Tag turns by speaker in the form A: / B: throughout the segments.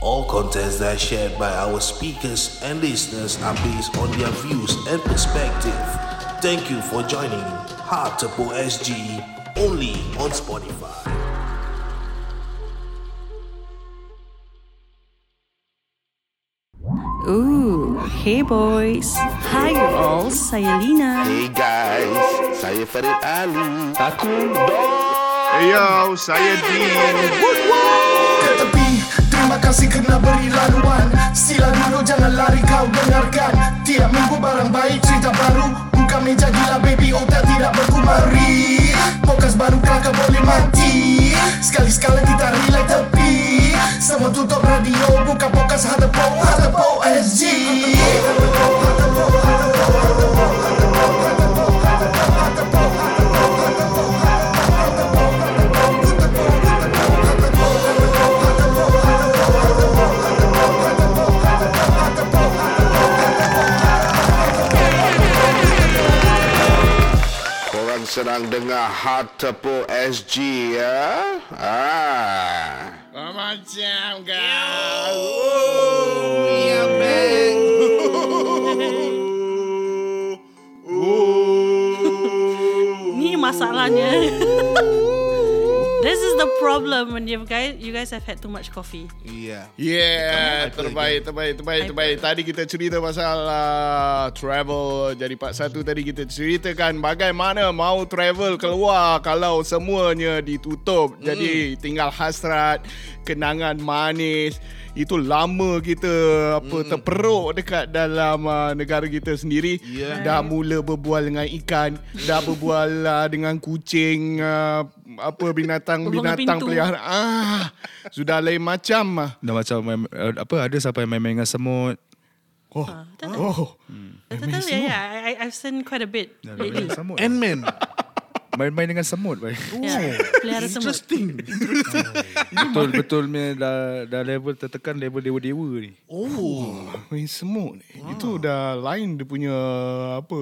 A: All contents that are shared by our speakers and listeners are based on their views and perspective. Thank you for joining Hard to Pull SG only on Spotify.
B: Ooh, hey boys. Hi you all, saya Lina.
C: Hey guys, saya Farid Ali. Aku Dor.
D: Hey yo, saya Dean.
E: ke tepi Terima kasih kerana beri laluan Sila dulu jangan lari kau dengarkan Tiap minggu barang baik cerita baru Buka meja gila baby otak tidak berkumari Pokas baru kelakar boleh mati Sekali-sekala kita relay tepi Semua tutup radio buka pokas hatepo hatepo SG
C: Korang sedang dengar Hard Tepu SG ya? Ah.
D: Macam kau.
B: Ni masalahnya. This is the problem when you guys you guys have had too much coffee.
D: Yeah, terbaik, terbaik, terbaik, terbaik. Tadi kita cerita pasal uh, travel. Jadi part 1 tadi kita ceritakan bagaimana mau travel keluar kalau semuanya ditutup. Jadi tinggal hasrat, kenangan manis. Itu lama kita apa terperuk dekat dalam uh, negara kita sendiri. Yeah. Dah mula berbual dengan ikan, dah berbual uh, dengan kucing, uh, apa
B: Berbual dengan
D: binatang-binatang
B: pintu.
D: pelihara. Ah, sudah lain macam. ah.
F: Dah macam main, eh, apa ada sampai main-main dengan semut.
D: Oh. Oh.
B: Total, yeah, yeah, ya, I, I- I've seen quite a bit lately.
F: Main-main dengan semut. Ant-Man. Main-main dengan semut baik.
B: Yeah, Ya, pelihara semut.
F: betul betul punya dah dah level tertekan level dewa-dewa ni.
D: Main semut ni. Itu dah lain dia punya apa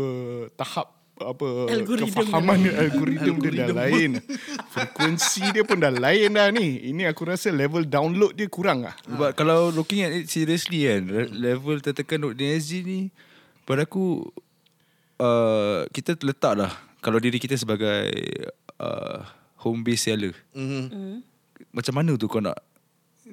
D: tahap apa
B: Algoritma.
D: kefahaman dia, algoritma dia dah lain. Frekuensi dia pun dah lain dah ni. Ini aku rasa level download dia kurang ah.
F: But kalau looking at it seriously kan, re- level tertekan untuk DSG ni pada aku uh, kita letak lah kalau diri kita sebagai uh, home based seller. Mm-hmm. Macam mana tu kau nak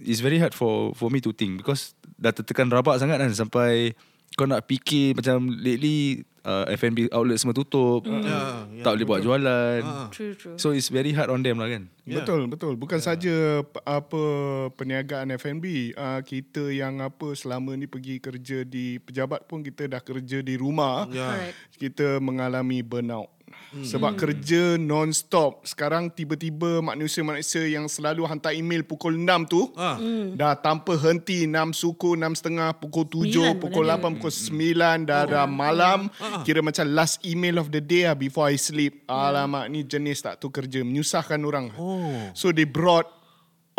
F: It's very hard for for me to think because dah tertekan rabak sangat kan sampai kau nak fikir macam lately uh, F&B outlet semua tutup. Yeah, yeah, tak boleh buat jualan.
B: True, true.
F: So it's very hard on them lah kan.
D: Yeah. Betul betul bukan yeah. saja p- apa perniagaan F&B uh, kita yang apa selama ni pergi kerja di pejabat pun kita dah kerja di rumah yeah.
B: Alright.
D: kita mengalami burnout sebab kerja non-stop sekarang tiba-tiba manusia-manusia yang selalu hantar email pukul 6 tu ha. dah tanpa henti 6 suku 6.30 pukul 7
B: Sembilan
D: pukul 8
B: malam
D: pukul 9 dah
B: Oh.
D: dah malam
B: Ah,
D: kira macam last email of the day lah before I sleep alamak ni jenis tak tu kerja menyusahkan orang oh. so they brought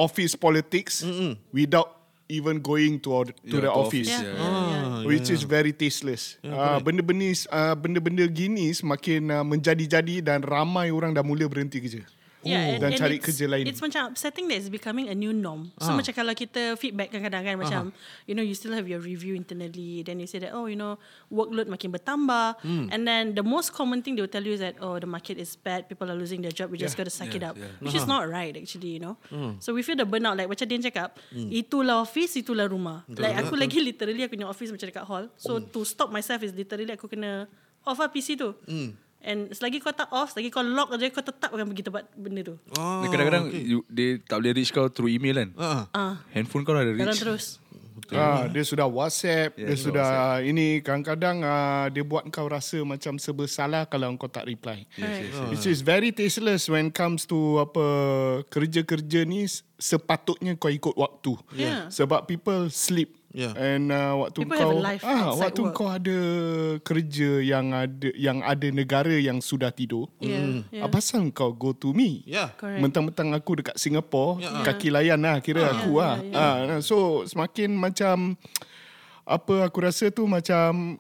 D: office politics Mm-mm. without even going to, our, to the
F: Yeah, to
D: office,
F: office,
B: Yeah.
F: yeah.
B: Ah, yeah.
D: which is very tasteless. Yeah, uh, benda-benda uh, benda-benda gini semakin uh, menjadi-jadi dan ramai orang dah mula berhenti kerja.
B: Yeah, and-
D: dan
B: and
D: cari
B: it's-
D: kerja lain.
B: It's macam upsetting that it's becoming a new norm. So macam kalau kita feedback kadang-kadang kan macam you know you still have your review internally then you say that oh you know workload makin bertambah and then the most common thing they will tell you is that oh the market is bad people are losing their job we just got to suck it up which is not right actually you know. So we feel the burnout like macam Dian cakap itulah office itulah rumah. like aku lagi literally aku punya office macam dekat hall. So to stop myself is literally aku kena off lah PC tu. And selagi kau tak off, selagi kau lock je, kau tetap akan pergi tempat benda tu.
F: Dan kadang-kadang
G: Oh,
F: okay. you, dia tak boleh reach kau through email kan. Uh.
B: Ah.
F: Handphone kau dah ada
B: Jalan
F: reach.
B: terus.
D: Ah, dia sudah WhatsApp, yeah,
F: Yeah,
D: dia
F: sudah
D: sudah WhatsApp. ini kadang-kadang ah, dia buat kau rasa macam serba salah kalau kau tak reply.
B: Alright.
D: Which is very tasteless when comes to apa kerja-kerja ni s- sepatutnya kau ikut waktu.
B: Yeah.
D: Sebab people sleep.
A: Yeah.
D: And uh, waktu
B: People
D: kau
B: have a life
D: ah
B: outside
D: waktu
B: work.
D: kau ada kerja yang ada yang ada negara yang sudah tidur.
B: Yeah, yeah.
D: Apa Hmm. Ah, pasal kau go to me?
A: Yeah.
B: Correct.
D: Mentang-mentang aku dekat Singapura, kaki layan lah kira aku
B: yeah,
D: lah. Ah, so semakin macam apa aku rasa tu macam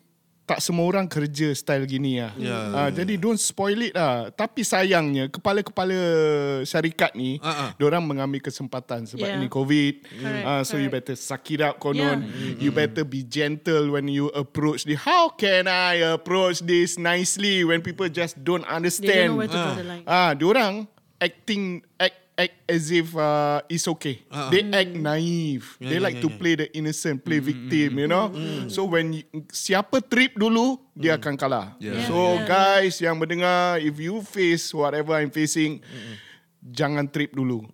D: tak semua orang kerja style gini lah. Yeah. Uh, jadi don't spoil it lah. Tapi sayangnya kepala-kepala syarikat ni
F: Ah, ah.
D: uh-huh. orang mengambil kesempatan sebab
B: Yeah.
D: yeah. ni COVID.
B: Correct,
D: Uh, so you
B: correct.
D: better suck it up konon.
B: Yeah. Mm-hmm.
D: Yeah. You better be gentle when you approach the how can I approach this nicely when people just don't
B: They
D: understand.
B: don't know where to draw the line.
D: Ah, diorang acting act act as if uh, it's okay. Uh-huh. They act naive. Yeah, they
F: Ah.
D: yeah,
F: yeah,
D: like
F: yeah,
D: yeah, to
F: yeah. Mm,
D: play the innocent, play victim, you know. So when y- siapa trip dulu, dia akan kalah.
F: Mm. Yeah.
D: So guys yang mendengar, if you face whatever I'm
F: Mm,
D: facing, jangan trip dulu.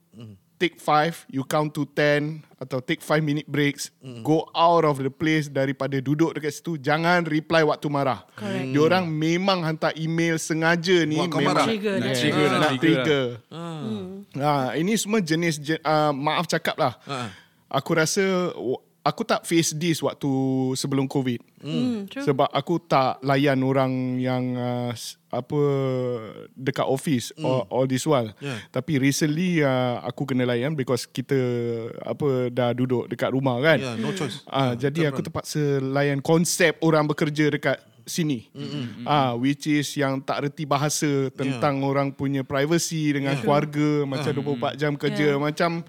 D: Take five, you count to ten atau take five minute breaks.
F: Mm,
D: Go out of the place daripada duduk dekat situ. Jangan reply waktu marah.
B: Correct.
D: Diorang memang hantar email sengaja ni
F: Buat kau
D: memang
F: marah.
B: Trigger,
F: Nak
B: nak
F: trigger,
D: Ah,
F: nak trigger. lah.
D: Ah, ini semua jenis je, uh, maaf cakap lah.
F: Ah.
D: Aku rasa w- aku tak face this waktu sebelum COVID.
F: Hmm.
B: Mm, true.
D: Sebab aku tak layan orang yang uh, s- apa dekat office mm. all, all this while.
F: Hmm. Yeah.
D: Tapi recently uh, aku kena layan because kita apa dah duduk dekat rumah kan.
F: Yeah, no choice.
D: Ah, jadi aku terpaksa layan konsep orang bekerja dekat sini. Mm-hmm. Ah, which is yang tak reti bahasa tentang yeah. orang punya privacy dengan yeah. keluarga macam 24 jam kerja yeah. macam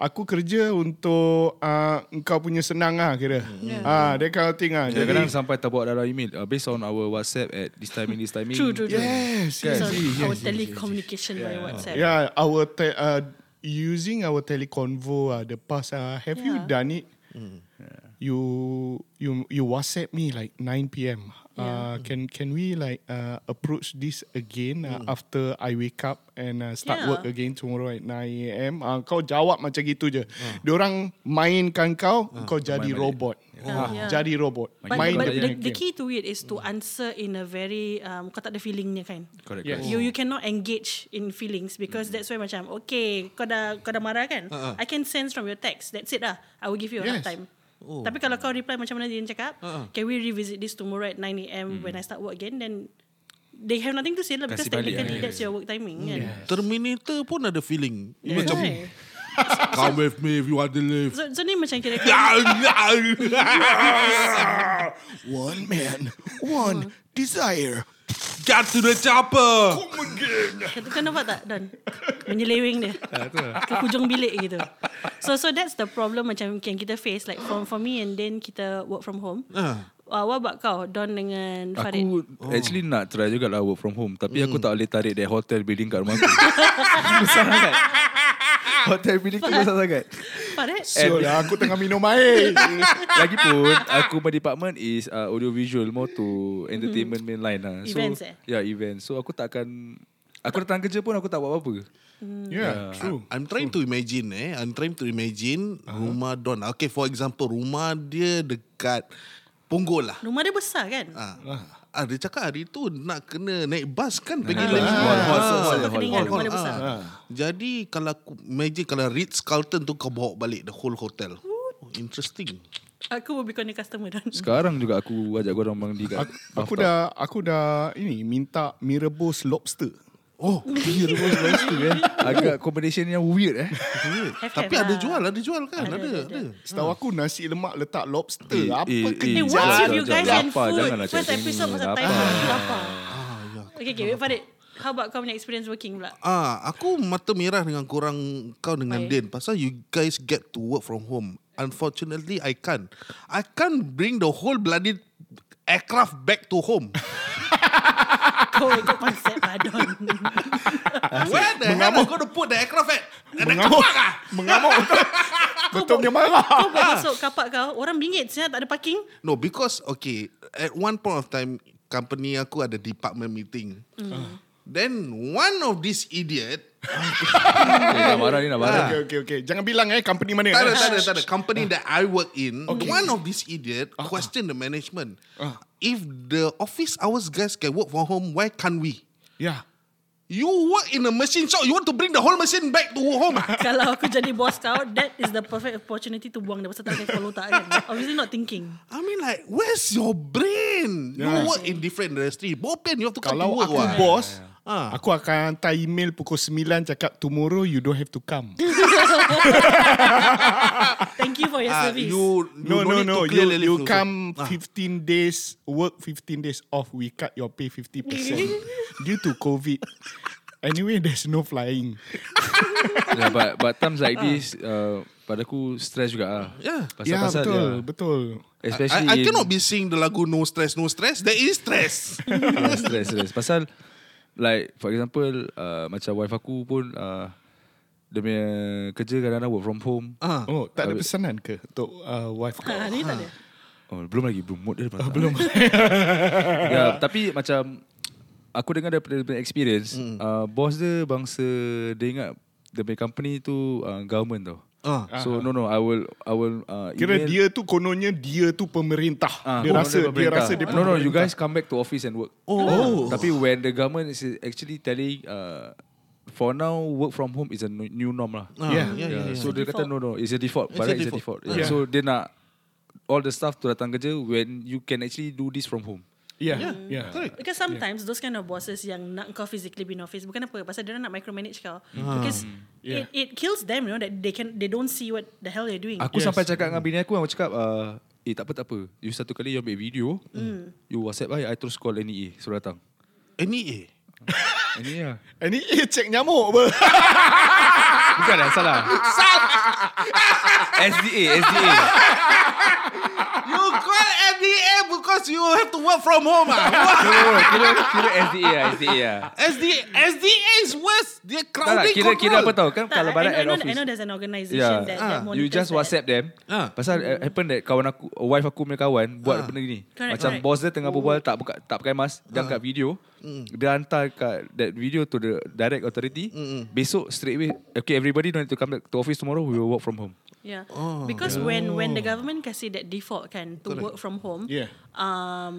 D: aku kerja untuk ah engkau punya senang lah kira. Yeah. Ah, that kind of thing ah. Jadi
F: Kadang-kadang sampai terbuat dalam email uh, Based on our WhatsApp At this timing, this timing
B: True, true, true.
D: yes,
B: So,
D: yes.
B: our telecommunication by WhatsApp.
D: Yeah, our te- uh, using our teleconvo uh, the past uh, have you
B: Yeah.
D: done it?
B: Mm.
D: You you you WhatsApp me like 9 p.m.
B: Mm.
D: Uh, can can we like uh, approach this again uh,
B: Mm.
D: after I wake up and uh, start
B: Yeah.
D: work again tomorrow at 9 a.m. Uh, kau jawab macam gitu je.
B: Mm.
D: Diorang mainkan kau, kau jadi
F: main balik.
D: robot. Ah,
B: Ah, Mm. yeah.
D: Jadi robot.
B: But,
F: Main
B: but
D: dia
F: kau
B: the,
D: punya
B: the
D: game.
B: key to it is to
D: Mm.
B: answer in a very um, kau tak ada feelingnya kan.
F: Correct,
D: Yes.
F: correct.
B: You you cannot engage in feelings
D: Mm.
B: because that's why macam okay kau dah kau dah marah kan.
F: Ah, ah.
B: I can sense from your text. That's it lah. I will give you a
D: Ha, Yes.
B: hard
D: Oh. Ha,
B: time. Tapi kalau kau reply macam mana dia cakap,
F: Ah, ah.
B: can we revisit this tomorrow at 9 am
D: Mm.
B: when I start work again then they have nothing to say lah because
F: Kasih balik
B: technically
F: lah.
B: that's your work timing
D: Mm.
B: kan.
G: Terminator pun ada feeling. Yeah. Macam,
B: Right.
G: come with me if you want to live.
B: So, so ni macam kira-kira
D: One man, one desire.
F: Get to the chopper
B: Kata kau nampak tak Dan Menyeleweng dia Ke hujung bilik gitu So so that's the problem Macam yang kita face Like for, for me and then Kita work from home uh. Uh, What about kau Don dengan Farid
F: Aku oh. actually nak try juga lah Work from home Tapi
G: Hmm.
F: aku tak boleh tarik That hotel building kat rumah aku Besar sangat Hotel building tu besar sangat
B: Farid
D: So lah, aku tengah minum air.
B: Mm.
F: Lagipun Aku my department is uh, Audiovisual More to Entertainment main line lah so,
B: Hmm. Events eh?
F: Yeah events So aku tak akan Aku datang kerja pun Aku tak buat apa-apa
D: yeah, true.
G: I'm trying to imagine eh. I'm trying to imagine uh-huh. rumah Don. Okay, for example, rumah dia dekat Punggol lah.
B: Rumah dia besar kan
G: Ah. Ah, dia cakap hari tu nak kena naik bus kan pergi
F: naik
G: lagi
F: bus.
G: hall,
F: Ah.
G: hall,
F: So,
G: hall,
F: kau
G: hall,
B: kena ingat Kan,
G: hall,
B: rumah
G: hall.
B: dia besar.
G: Ah. Jadi kalau aku imagine kalau Ritz Carlton tu kau bawa balik the whole hotel. Oh, interesting.
B: Aku will become a customer Don
F: Sekarang juga aku Ajak korang mandi kat
D: Aku, aku
F: bathtub.
D: dah aku dah ini minta mi rebus lobster.
G: Oh,
F: Dia rumah sebelah situ eh Agak combination yang weird eh
B: Have,
G: tapi
B: have lah.
G: ada jual, ada jual kan? Ada, ada.
D: Setahu aku nasi lemak letak lobster.
F: Eh,
D: Apa
F: eh,
D: eh,
B: Hey,
F: eh,
B: what's
F: Jangan,
B: with you
F: jangan,
B: guys
F: jangan.
B: and
F: Lapar,
B: food
F: janganlah
B: First
F: cakap
B: episode
F: ni.
B: pasal
F: Lapar. Ah, ya.
B: time Apa Okay okay wait Farid How about kau punya experience working pula
G: Ah, aku mata merah dengan korang kau dengan Din pasal you guys get to work from home. Unfortunately, I can't. I can't bring the whole bloody aircraft back to home.
B: Kau ikut konsep lah Don
G: Where the hell am I going to put the aircraft at? At the
D: Mengamuk.
G: kapak ah?
D: mengamuk betul. betul punya marah.
B: Kau buat masuk kapak kau Orang bingit Saya tak ada parking
G: No, because okay, at one point of time, company aku ada department meeting. Then one of this idiot,
F: Eh, nak marah ni nak marah
D: Okey okey okey. Jangan bilang eh company mana.
G: tak ada, tak ada, tak ada, company that I work in, one of this idiot question the management. If the office hours guys can work from home, why can't we?
D: Yeah.
G: You work in a machine shop, you want to bring the whole machine back to home ah?
B: Kalau aku jadi bos kau That is the perfect opportunity To buang dia Pasal tak pakai kepala otak kan Obviously not thinking
G: I mean like, where's your brain?
D: Yeah.
G: You work in different industry. Bopian, you have to come
D: Kalau aku
G: to work. ah.
F: eh.
G: wah.
D: bos,
F: Ya, Ah.
D: aku akan hantar email pukul 9 cakap tomorrow you don't have to come.
B: Thank you for your
F: Ah,
B: service.
F: you, you
D: No, no,
F: need to
D: no.
F: clear
D: You,
F: the
D: you
F: leave also.
D: come
F: Ah.
D: 15 days, work 15 days off, we cut your pay 50% due to COVID. Anyway, there's no flying.
F: yeah, but but times like this, uh, pada aku stress juga lah.
A: Yeah.
D: yeah,
F: Pasal-pasal
D: Ya, betul,
F: dia.
D: betul.
F: Especially
A: I, I
F: in-
A: cannot be seeing the lagu No Stress, No Stress. There is stress.
F: yeah, stress, stress. Pasal like for example, uh, macam wife aku pun uh, dia punya kerja kadang-kadang work from home.
A: Ah.
D: Oh, tak ada pesanan ke untuk uh, wife kau?
B: Ha, ni tak ada.
F: Oh, belum lagi belum mood dia oh, belum. ya, tapi macam aku dengar daripada, daripada experience, mm. uh, bos dia bangsa dia ingat the company tu uh, government tau.
A: Ah.
F: So no no I will I will uh,
D: Kira
F: email
D: dia tu kononnya dia tu pemerintah.
F: Ah,
D: dia,
F: oh,
D: rasa, dia
F: pemerintah.
D: rasa dia
F: No no you guys come back to office and work
A: Oh. oh.
F: Tapi when the government is actually telling uh, For now work from home is a new new norm lah
A: Ah,
D: Yeah.
A: yeah, yeah,
F: yeah,
A: yeah.
F: So dia kata no no It's a default
A: It's a
F: Padahal it's a
A: default.
F: default yeah.
D: Yeah.
F: So dia nak All the staff tu datang kerja When you can actually do this from home
D: Yeah, yeah.
A: Correct.
B: Because sometimes yeah. those kind of bosses yang nak kau physically be in office bukan apa pasal dia orang nak micromanage kau.
F: Hmm.
B: Because
D: Yeah.
B: yeah. it it kills them you know that they can they don't see what the hell you're doing.
F: Aku
D: Yes.
F: yes. sampai cakap dengan bini aku Aku cakap uh, Eh tak apa tak apa You satu kali you ambil video mm. You whatsapp I I terus call NEA Suruh datang
A: NEA.
F: NEA lah
D: Ini eh, cek nyamuk apa?
F: Bukan dah salah Salah SDA SDA
A: You call NEA because you have to work from home. Ah.
F: No, no, no. Kira, kira SDA lah SDA lah
A: SDA, SDA is worse. They're
F: Tak lah
A: crowding
F: kira, kira
A: control.
F: apa tau Kan
B: tak,
F: kalau
B: I,
F: barat
B: I, know, I,
F: at
B: know,
F: office
B: I know there's an organisation
F: Yeah. Ah,
B: that, that
F: You
B: monitors
F: just
B: that.
F: WhatsApp them.
A: Ah.
F: Pasal uh, happen that kawan aku, uh, wife aku punya kawan buat benda gini.
B: Correct,
F: Macam
B: correct.
F: bos dia tengah berbual tak buka, tak pakai mask, dia angkat video, dia hantar kat that video to the direct authority. Besok straight away, okay everybody don't need to come back to office tomorrow, we will work from home.
B: Yeah.
F: Oh.
B: Because when when the government kasi that default kan to work from home,
D: Yeah.
B: um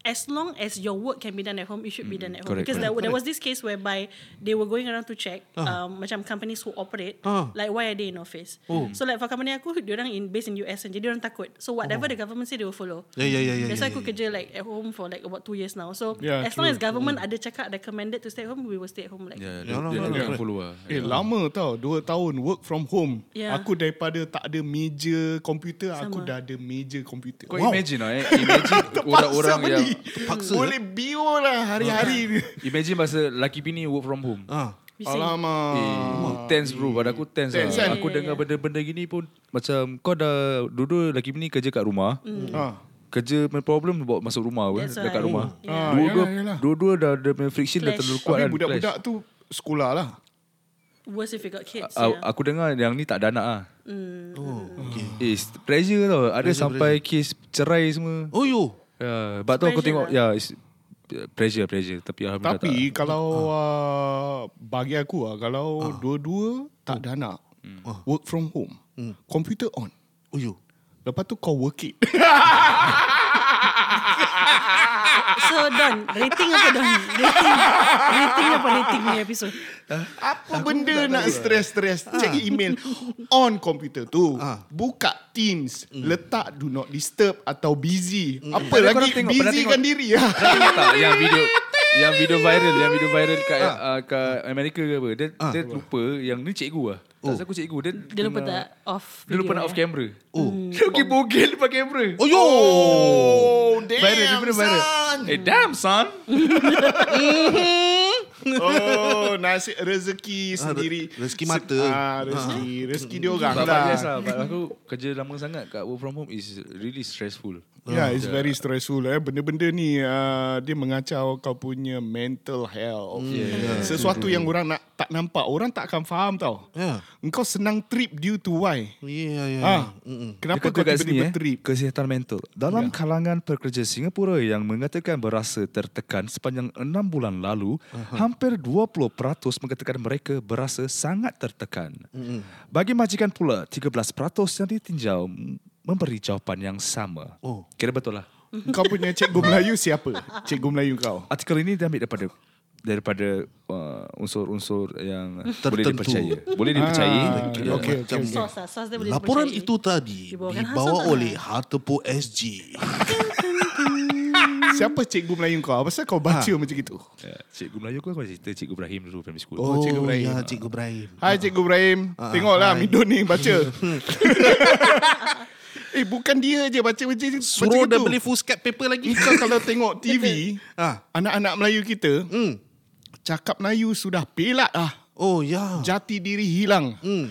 B: as long as your work can be done at home, it should be done at home.
F: Correct,
B: because there, there was this case whereby they were going around to check um, macam companies who operate,
A: Ah. Oh.
B: like why are they in office? So like for company aku, diorang in based in US and jadi diorang takut. So whatever the government say, they will follow.
A: Oh. Yeah, yeah, yeah, yeah,
B: That's
A: yeah,
B: why aku
A: yeah.
B: kerja like at home for like about two years now. So
D: Yeah,
B: as long as government ada cakap recommended to stay at home, we will stay at home. Like
A: dia- no, dia no, akan
F: akan follow lah.
D: Eh, lama tau. Dua tahun work from home.
B: Yeah.
D: Aku daripada tak ada meja komputer, aku
B: Sama.
D: dah ada meja komputer.
F: Kau imagine lah eh. Imagine
D: Terpaksa
F: orang-orang
D: beli.
F: yang...
A: Terpaksa.
D: Boleh bio lah hari-hari ni.
F: Imagine masa laki bini work from home.
A: Ah.
B: you see.
D: Alamak.
F: Eh, tense bro Pada aku tense,
D: Tense, kan?
F: lah. Aku dengar benda-benda gini pun Macam kau dah Dulu lelaki ni kerja kat rumah
D: Ha.
F: Kerja main problem Bawa masuk rumah apa,
B: Mm. That's why.
F: Dekat rumah
D: Yeah.
F: Dua-dua
D: Ah, yalah, yalah.
F: Dua-dua dah Dia punya friction dah
B: Clash.
F: terlalu kuat
D: Tapi
F: kan,
D: budak-budak
F: clash.
D: tu sekolah lah.
B: Worse if you got kids.
A: Uh,
F: Ah,
B: yeah.
F: Aku dengar yang ni tak ada anak lah
B: Mm.
A: Oh, okay.
F: Eh pressure tau Ada sampai kes cerai semua
A: Oh, you.
F: Ya, But tu aku
B: Pressure
F: tengok
B: lah.
F: Ya it's Pressure pressure Tapi Alhamdulillah
D: Tapi
F: tak.
D: kalau uh, bagi aku lah,
F: Ah.
D: kalau dua-dua
F: Hmm.
D: tak ada anak, work from home, komputer
A: Ah.
D: on.
A: Hmm. Oh, you.
D: Lepas tu kau work it.
B: So Don Rating apa Don Rating Rating apa rating ni episode
D: Apa benda
A: lah.
D: nak stress-stress Check email On komputer tu
A: Ah. Hmm.
D: Buka Teams Letak do not disturb Atau busy Apa
F: Padahal
D: lagi
F: korang tengok, padahal
D: Busy kan
F: tengok.
D: diri ya.
F: Tengok tak yang video yang video viral yang video viral kat uh, kat Amerika ke apa dia, dia lupa yang ni cikgu ah tak Ah. oh. aku cikgu dia
B: Dia lupa
F: kena-
B: tak Off
F: dia lupa
B: video,
F: nak off
B: eh?
F: camera oh dia pergi bogel depan kamera
A: Oh, you.
D: Oh
F: viral dia
D: Damn
F: punya viral eh damn son
D: Oh Nasib rezeki sendiri
A: Ah, rezeki mata.
D: Se- ah, Rezeki Rezeki dia orang
F: tak
D: lah
F: biasa lah But aku kerja lama sangat kat work from home is really stressful
D: Yeah, Ya, it's very stressful eh. Benda-benda ni uh, dia mengacau kau punya mental health. Hmm. Yeah. Sesuatu yang orang nak tak nampak, orang tak akan faham tau.
A: Yeah.
D: Engkau senang trip due to why?
A: Yeah, yeah.
D: Ah,
F: Dia
D: kenapa
F: kata
D: kau
F: kat
D: tiba-tiba
F: sini eh,
D: trip?
F: kesihatan mental. Dalam kalangan pekerja Singapura yang mengatakan berasa tertekan sepanjang 6 bulan lalu, hampir 20% mengatakan mereka berasa sangat tertekan. Bagi majikan pula, 13% yang ditinjau m- memberi jawapan yang sama.
A: Oh.
F: Kira betul lah.
D: Kau punya cikgu Melayu siapa? Cikgu Melayu kau.
F: Artikel ini diambil daripada daripada uh, unsur-unsur yang boleh
A: Tertentu.
F: dipercaya. Boleh Ya, dipercaya.
D: okay, Ah, okay, okay.
B: Sos lah Sos dia boleh
A: Laporan
B: dipercayai.
A: itu tadi
B: Dibawakan
A: dibawa
B: Hasan tak?
A: oleh Hartepo SG.
D: Siapa cikgu Melayu kau? Pasal kau baca macam itu?
F: Ya, Cikgu Melayu kau kau cerita Cikgu Ibrahim dulu primary school.
A: Oh,
D: Cikgu Ibrahim. Ah,
A: ya, Cikgu Ibrahim.
D: Hai Cikgu Ibrahim. Tengoklah Midun ni baca. Eh bukan dia je baca macam
G: Suruh
D: macam
G: dia beli full scap paper lagi.
D: Kita kalau tengok TV
G: Ah. Hmm.
D: Anak-anak Melayu kita Cakap Melayu sudah pelat ah.
G: Oh ya.
D: Jati diri hilang
G: Hmm.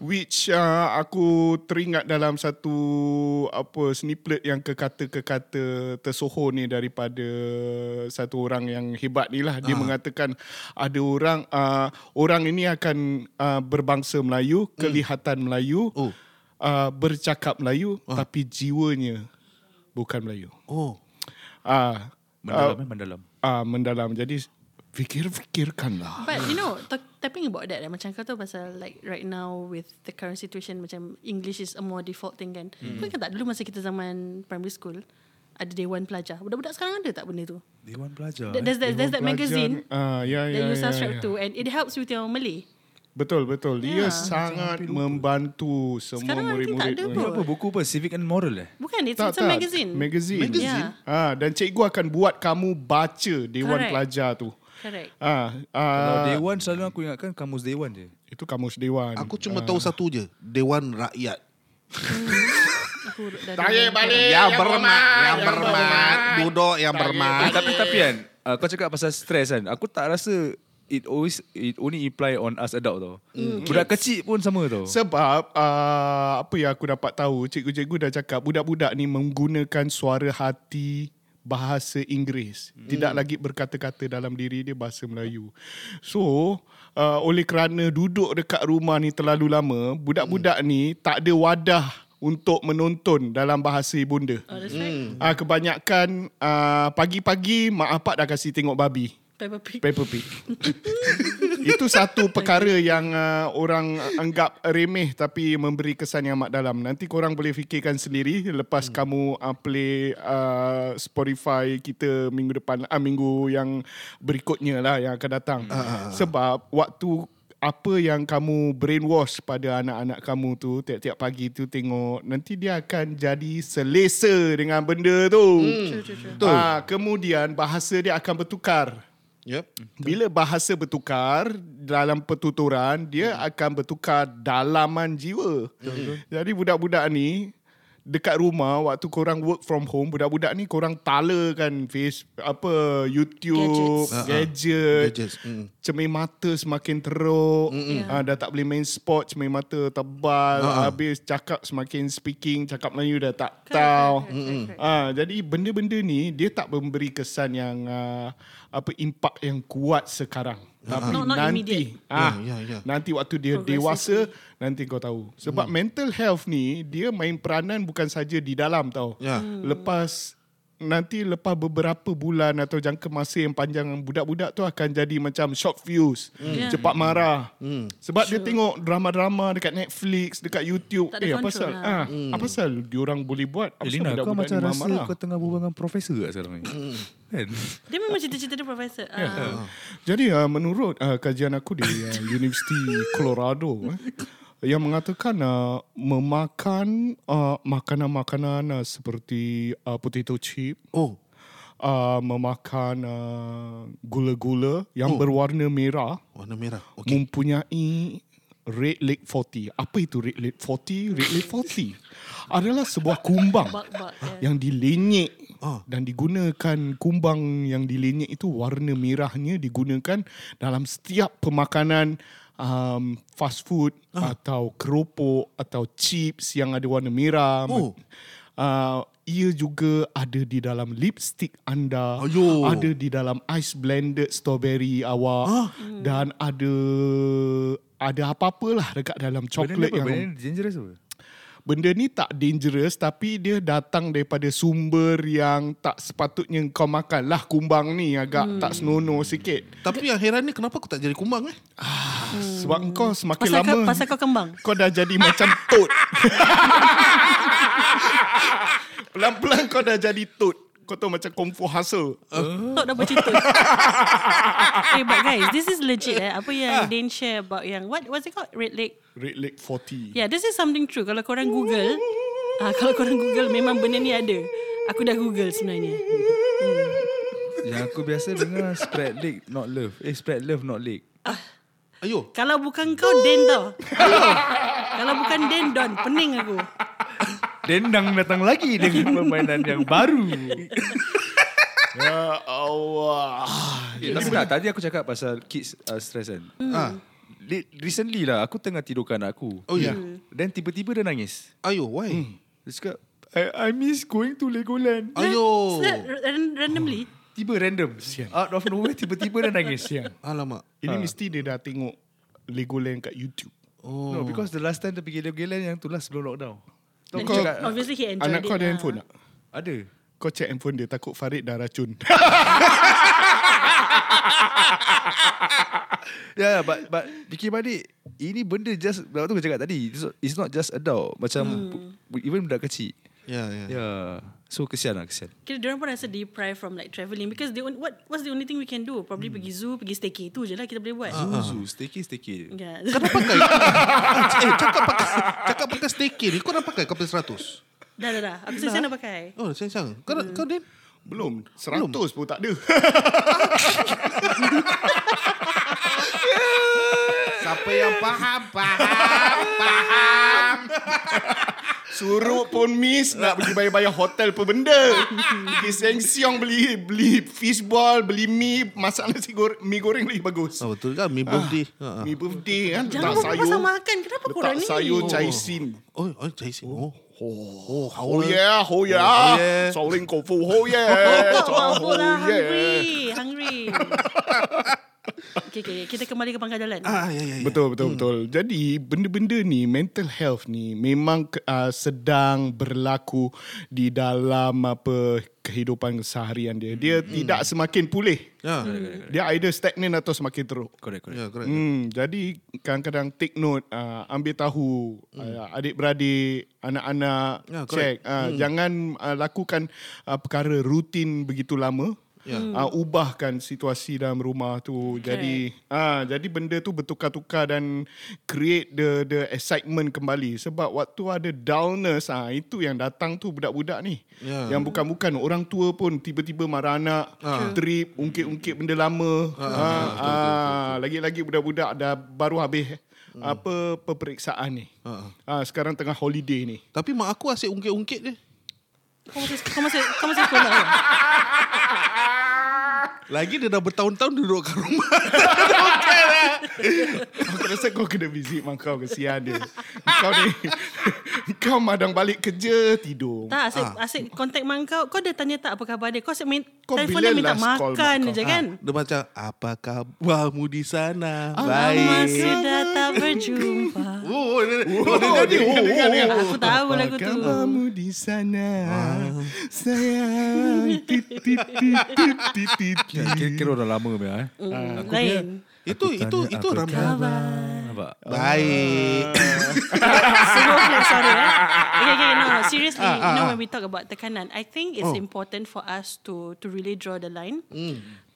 D: Which uh, aku teringat dalam satu apa snippet yang kekata-kekata tersohor ni daripada satu orang yang hebat ni lah. Dia
G: Ah.
D: mengatakan ada orang uh, orang ini akan uh, berbangsa Melayu, kelihatan Melayu,
G: Hmm. Oh.
D: uh,
G: Ah.
D: bercakap Melayu tapi jiwanya bukan Melayu.
G: Oh.
D: Ah
F: Mendalam eh, mendalam.
D: ah mendalam. Jadi fikir-fikirkanlah.
A: Ah.
B: But you know, talk, tapping about that, eh, macam kau tahu pasal like right now with the current situation, macam English is a more default thing kan.
A: Hmm.
B: Mm. Kau ingat tak dulu masa kita zaman primary school, ada Dewan Pelajar. Budak-budak sekarang ada tak benda tu?
F: Dewan pelajar.
B: Th- There's that, there's that magazine
D: eh, Ah ya
B: that
D: ya.
B: you
D: ya,
B: subscribe
D: ya.
B: to and it helps with your Malay.
D: Betul betul. Dia
B: Ya.
D: sangat membantu semua
B: Sekarang I think tak
D: murid-murid.
B: ada
D: murid.
B: pun.
F: Apa buku apa? Civic and Moral eh?
B: Bukan, it's,
D: Tak,
B: it's a
D: tak.
B: magazine.
D: Magazine.
B: Magazine? Ya.
D: Ah, dan cikgu akan buat kamu baca Dewan
B: Correct.
D: Pelajar tu.
B: Correct.
D: Ah,
F: Kalau
D: ah,
F: Dewan selalu aku ingatkan kamus Dewan je.
D: itu kamus Dewan.
G: Aku cuma tahu satu je. Dewan Rakyat.
B: Aku dah
D: Tarik balik.
G: Yang bermat, yang bermat, duduk yang bermat.
F: Tapi tapi kan, uh, kau cakap pasal stress kan. Aku tak rasa it always it only imply on us adult tau. Mm. Budak kecil pun sama tau.
D: Sebab uh, apa yang aku dapat tahu, cikgu-cikgu dah cakap budak-budak ni menggunakan suara hati bahasa Inggeris. Tidak lagi berkata-kata dalam diri dia bahasa Melayu. So, uh, oleh kerana duduk dekat rumah ni terlalu lama, budak-budak ni tak ada wadah untuk menonton dalam bahasa ibunda.
B: Oh, that's
A: Hmm.
B: right.
D: Ah kebanyakan ah, pagi-pagi mak apak dah kasi tengok babi.
B: Peppa Pig.
D: Peppa Pig. Itu satu perkara yang uh, orang anggap remeh tapi memberi kesan yang amat dalam. Nanti korang boleh fikirkan sendiri lepas hmm. kamu uh, play uh, Spotify kita minggu depan, uh, minggu yang berikutnya lah yang akan datang.
B: Hmm. Ah.
D: Uh. Sebab waktu apa yang kamu brainwash pada anak-anak kamu tu tiap-tiap pagi tu tengok nanti dia akan jadi selesa dengan benda tu.
B: Hmm. True, true, true.
D: Ah, kemudian bahasa dia akan bertukar.
G: Yep.
D: Bila bahasa bertukar dalam pertuturan, dia hmm. akan bertukar dalaman jiwa. Hmm. Jadi budak-budak ni dekat rumah waktu korang work from home, budak-budak ni korang tala kan face apa YouTube,
B: Gadgets.
D: gadget, gadget
G: Gadgets, mm.
D: cermin mata semakin teruk.
B: Ya.
D: Yeah. dah tak boleh main sport, cermin mata tebal. Habis cakap semakin speaking, cakap Melayu dah tak tahu. Ah, jadi benda-benda ni dia tak memberi kesan yang ah, apa impak yang kuat sekarang. Tapi
B: Not- not
D: nanti,
B: immediate.
D: ah,
G: Ya, ya, Hmm. ya.
D: nanti waktu dia dewasa,
B: Progressively.
D: nanti kau tahu. Sebab mental health ni dia main peranan bukan saja di dalam tau.
G: Ya.
B: Hmm.
D: Lepas nanti lepas beberapa bulan atau jangka masa yang panjang budak-budak tu akan jadi macam short fuse,
B: Ya.
D: cepat marah. Sebab dia tengok drama-drama dekat Netflix, dekat YouTube.
B: Tak ada
D: eh apa
B: control
D: pasal? Ah,
B: lah.
D: apa pasal diorang boleh buat? Apa
F: Elina,
D: pasal
F: kau
D: budak-budak
F: macam
D: ni
F: rasa
D: marah-marah?
F: kau tengah berbual dengan profesor kat sekarang ni. kan?
B: Dia memang cerita-cerita dia profesor. Ah.
D: Jadi uh, menurut uh, kajian aku di uh, Universiti Colorado eh, yang mengatakan uh, memakan uh, makanan-makanan uh, seperti uh, potato chip,
G: Oh.
D: uh, memakan uh, gula-gula yang oh. berwarna merah
G: Warna merah. Oh, Okay.
D: mempunyai Red Lake 40. Apa itu Red Lake 40? Red Lake 40 adalah sebuah kumbang
B: Bug-bug, ya.
D: yang dilenyek dan digunakan kumbang yang dilenyek itu warna merahnya digunakan dalam setiap pemakanan um, fast food atau keropok atau chips yang ada warna merah.
G: Oh.
D: Uh, ia juga ada di dalam lipstick anda,
G: Ayo.
D: ada ada di dalam ice blended strawberry awak
F: Ah.
D: dan ada ada apa-apalah dekat dalam
F: Benda
D: coklat
F: ni apa?
D: yang
F: Benda ni dangerous apa?
D: benda ni tak dangerous tapi dia datang daripada sumber yang tak sepatutnya kau makan lah kumbang ni agak
B: Hmm.
D: tak senonoh sikit
G: Tapi yang heran ni kenapa aku tak jadi kumbang eh?
D: sebab kau semakin
B: Hmm. Pasal,
D: lama
B: kau, pasal kau kembang.
D: kau dah jadi macam toad pelan-pelan kau dah jadi toad kau tahu macam kung fu hustle
B: Tok dah bercerita. eh, but guys, this is legit eh. Apa
D: Ah.
B: yang Dane share about yang, what what's it called? Red Lake
D: red leg 40
B: Yeah, this is something true. Kalau korang Google, ah kalau korang Google memang benda ni ada. Aku dah Google sebenarnya.
F: Yang aku biasa dengar spread leg not love. Eh spread love not leg.
G: Ayo.
B: Kalau bukan kau, Den tau. Aduh. Kalau bukan Den, Don. Pening aku.
F: Denang datang lagi dengan permainan yang baru.
D: Ya Allah.
F: Eh, Tapi tak, tadi aku cakap pasal kids uh, stress kan.
G: Ah.
F: Li- Recently lah, aku tengah tidurkan anak aku.
G: Oh, ya.
F: Dan tiba-tiba dia nangis.
G: Ayo, why?
A: Hmm.
F: Dia cakap, I, I miss going to Legoland.
G: Ayo.
D: Oh.
B: Randomly
F: Tiba random. Out of nowhere, tiba-tiba dia nangis. Siang.
G: Alamak.
D: Ini mesti dia dah tengok Legoland kat YouTube.
F: Oh. No, because the last time dia pergi Legoland yang tu lah sebelum lockdown. Tu
B: And
F: aku
B: he-
F: cakap,
B: Obviously he enjoyed
D: Anak
B: it
D: kau ada
B: lah.
D: handphone tak?
F: ada.
D: Kau check handphone dia takut Farid dah racun.
F: Ya, yeah, but, but fikir balik, ini benda just, waktu tu aku cakap tadi, it's not- it's not just adult. Macam, bu- even budak kecil.
G: Ya, ya.
F: Ya. Yeah. So, kesian lah, kesian.
B: Kira diorang pun rasa deprived from like travelling because they on, what what's the only thing we can do? Probably
D: Hmm.
B: pergi zoo, pergi staycay tu je lah kita boleh buat.
D: Ah.
F: Uh-huh. Zoo, staycay, staycay.
B: Yeah.
G: Pakai. eh, cakap pakai. Cakap pakai staycay ni. Kau dah pakai kau punya 100?
B: dah dah dah. Aku saya nak pakai.
G: Oh, sayang-sayang. Kau, kau Din?
D: Belum. Seratus pun tak ada.
G: Siapa yang faham, faham.
D: Suruh pun miss nak pergi bayar-bayar hotel pun benda. Pergi seng-siong beli beli fishball, beli mi, masak nasi goreng, mi goreng lagi bagus.
G: Oh, betul kan? Mi birthday. Ah. ah.
D: Mi birthday kan
B: Jangan
D: letak
B: buat
D: sayur.
B: pasal makan. Kenapa korang
D: Letak
B: ni?
D: sayur cai sin.
G: Oh, oh, saya sih. Oh, oh, how
D: Oh yeah, oh yeah. Sauling kofu, oh yeah.
B: Kau buat
D: Oh
B: lah
D: yeah.
B: hungry. Hungry. okay, okay, kita kembali ke pangkal jalan.
G: Ah, ya, ya, ya.
D: Betul betul hmm. betul. Jadi benda-benda ni mental health ni memang uh, sedang berlaku di dalam apa kehidupan seharian dia. Dia hmm. tidak semakin pulih.
G: Ya,
D: Dia either stagnan atau semakin teruk.
F: Correct, correct.
G: ya, correct.
D: Hmm, jadi kadang-kadang take note, uh, ambil tahu uh, adik-beradik, anak-anak,
G: Hmm. Ya,
D: check.
G: correct.
D: Uh, Jangan uh, lakukan uh, perkara rutin begitu lama.
G: Ya.
D: Uh, ubahkan situasi dalam rumah tu. Jadi ah jadi benda tu bertukar-tukar dan create the the excitement kembali sebab waktu ada downers ah itu yang datang tu budak-budak ni.
G: Ya.
D: Yang bukan-bukan orang tua pun tiba-tiba marah anak, trip, ungkit-ungkit benda lama. Ah, ah, lagi-lagi budak-budak dah baru habis apa peperiksaan ni.
G: Ah,
D: Ah sekarang tengah holiday ni.
G: Tapi mak aku asyik ungkit-ungkit dia.
B: Kau masih kau masih kau masih sekolah. ke?
G: Lagi dia dah bertahun-tahun duduk kat rumah.
D: Aku rasa kau kena visit mak kau kesian dia. Kau ni kau madang balik kerja tidur.
B: Tak, Ah, asyik, asyik contact mak kau. Kau dah tanya tak apa khabar dia? Kau asyik main,
D: Kau
B: telefon
D: bila
B: dia minta
D: last call mak
B: makan
D: kau?
B: je kan?
G: Dia macam, apa kabarmu di sana?
D: Ah,
B: Lama
G: Baik.
B: sudah tak berjumpa.
G: Oh, dia-
D: Oh, dia jadi. Oh, dengar, dengar.
B: Aku tahu lagu tu.
D: Kamu di sana
B: Ah.
D: Sayang tit, tit, tit, tit, tit, tit,
B: Ya,
D: tit.
F: Kira, kira dah lama punya eh.
B: Hmm, Lain.
G: itu, itu, itu ramai.
F: Ah, Nampak?
G: Baik.
B: Semua flat, sorry. eh. Okay, okay, no, no, seriously. you know, when we talk about tekanan, I think it's important for us to to really draw the line.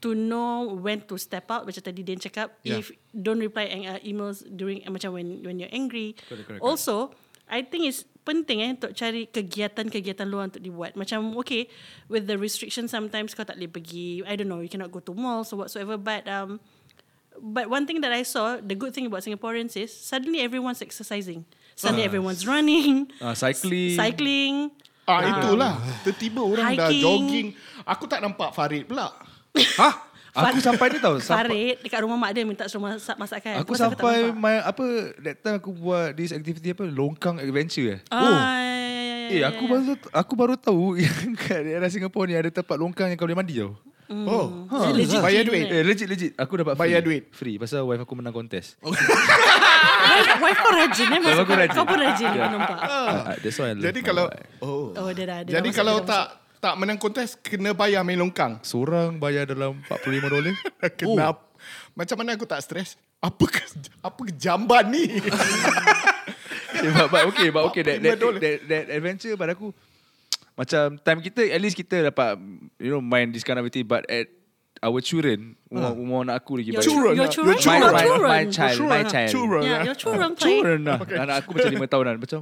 B: To know when to step out, macam tadi Din cakap,
G: Yeah.
B: if don't reply ang- uh, emails during, uh, macam when when you're angry. also, I think it's penting eh untuk cari kegiatan-kegiatan luar untuk dibuat. Macam, okay, with the restriction sometimes kau tak boleh pergi, I don't know, you cannot go to malls or whatsoever, but um, But one thing that I saw, the good thing about Singaporeans is suddenly everyone's exercising. Suddenly everyone's running,
F: Ah, cycling.
B: cycling.
D: Ah itulah Tiba-tiba orang dah
B: Hiking.
D: jogging Aku tak nampak Farid pula
F: Hah? Aku sampai dia tahu. Sampai,
B: Farid dekat rumah mak dia minta suruh masak masakan.
F: aku
B: Pasal
F: sampai
B: tak nampak.
F: my, apa that time aku buat this activity apa longkang adventure eh.
B: Ah, ya, ya, ya,
F: Eh
B: ya,
F: aku
B: ya.
F: baru aku baru tahu yang kat daerah Singapura ni ada tempat longkang yang kau boleh mandi tau.
D: Oh
B: Hmm. Dia legit
D: Bayar
B: gym,
D: duit.
B: eh.
F: Eh legit legit aku dapat free.
D: Bayar duit.
F: Free pasal wife aku menang kontes.
B: Wife- Ah, Wife kau rajin eh.
F: Wife
B: masak.
F: aku rajin.
B: Kau pun rajin
F: Ya.
B: aku nampak.
F: Ah, ah, that's why I love
D: Jadi
F: my
D: kalau
F: wife.
D: Oh
B: Oh, dia dah. dia dah
D: Jadi
B: masuk,
D: kalau
B: dia dah
D: tak Tak menang kontes Kena bayar main longkang
F: seorang bayar dalam 45 dolar.
B: Oh.
F: Oh.
D: Kenapa Macam mana aku tak stres Apa ke- apa jamban ni
F: Eh, but, but okay, but okay that, that,
D: 45 dolar.
F: that, that adventure pada aku macam time kita at least kita dapat you know main this kind of activity but at our children umur,
B: Ah.
F: umur anak aku lagi
B: Your
F: banyak.
B: children, your children,
F: my,
B: your
F: my,
B: children.
F: my child, my child.
D: Churun
B: Yeah,
D: lah
B: your children play.
F: Children lah. Anak aku macam 5 tahunan macam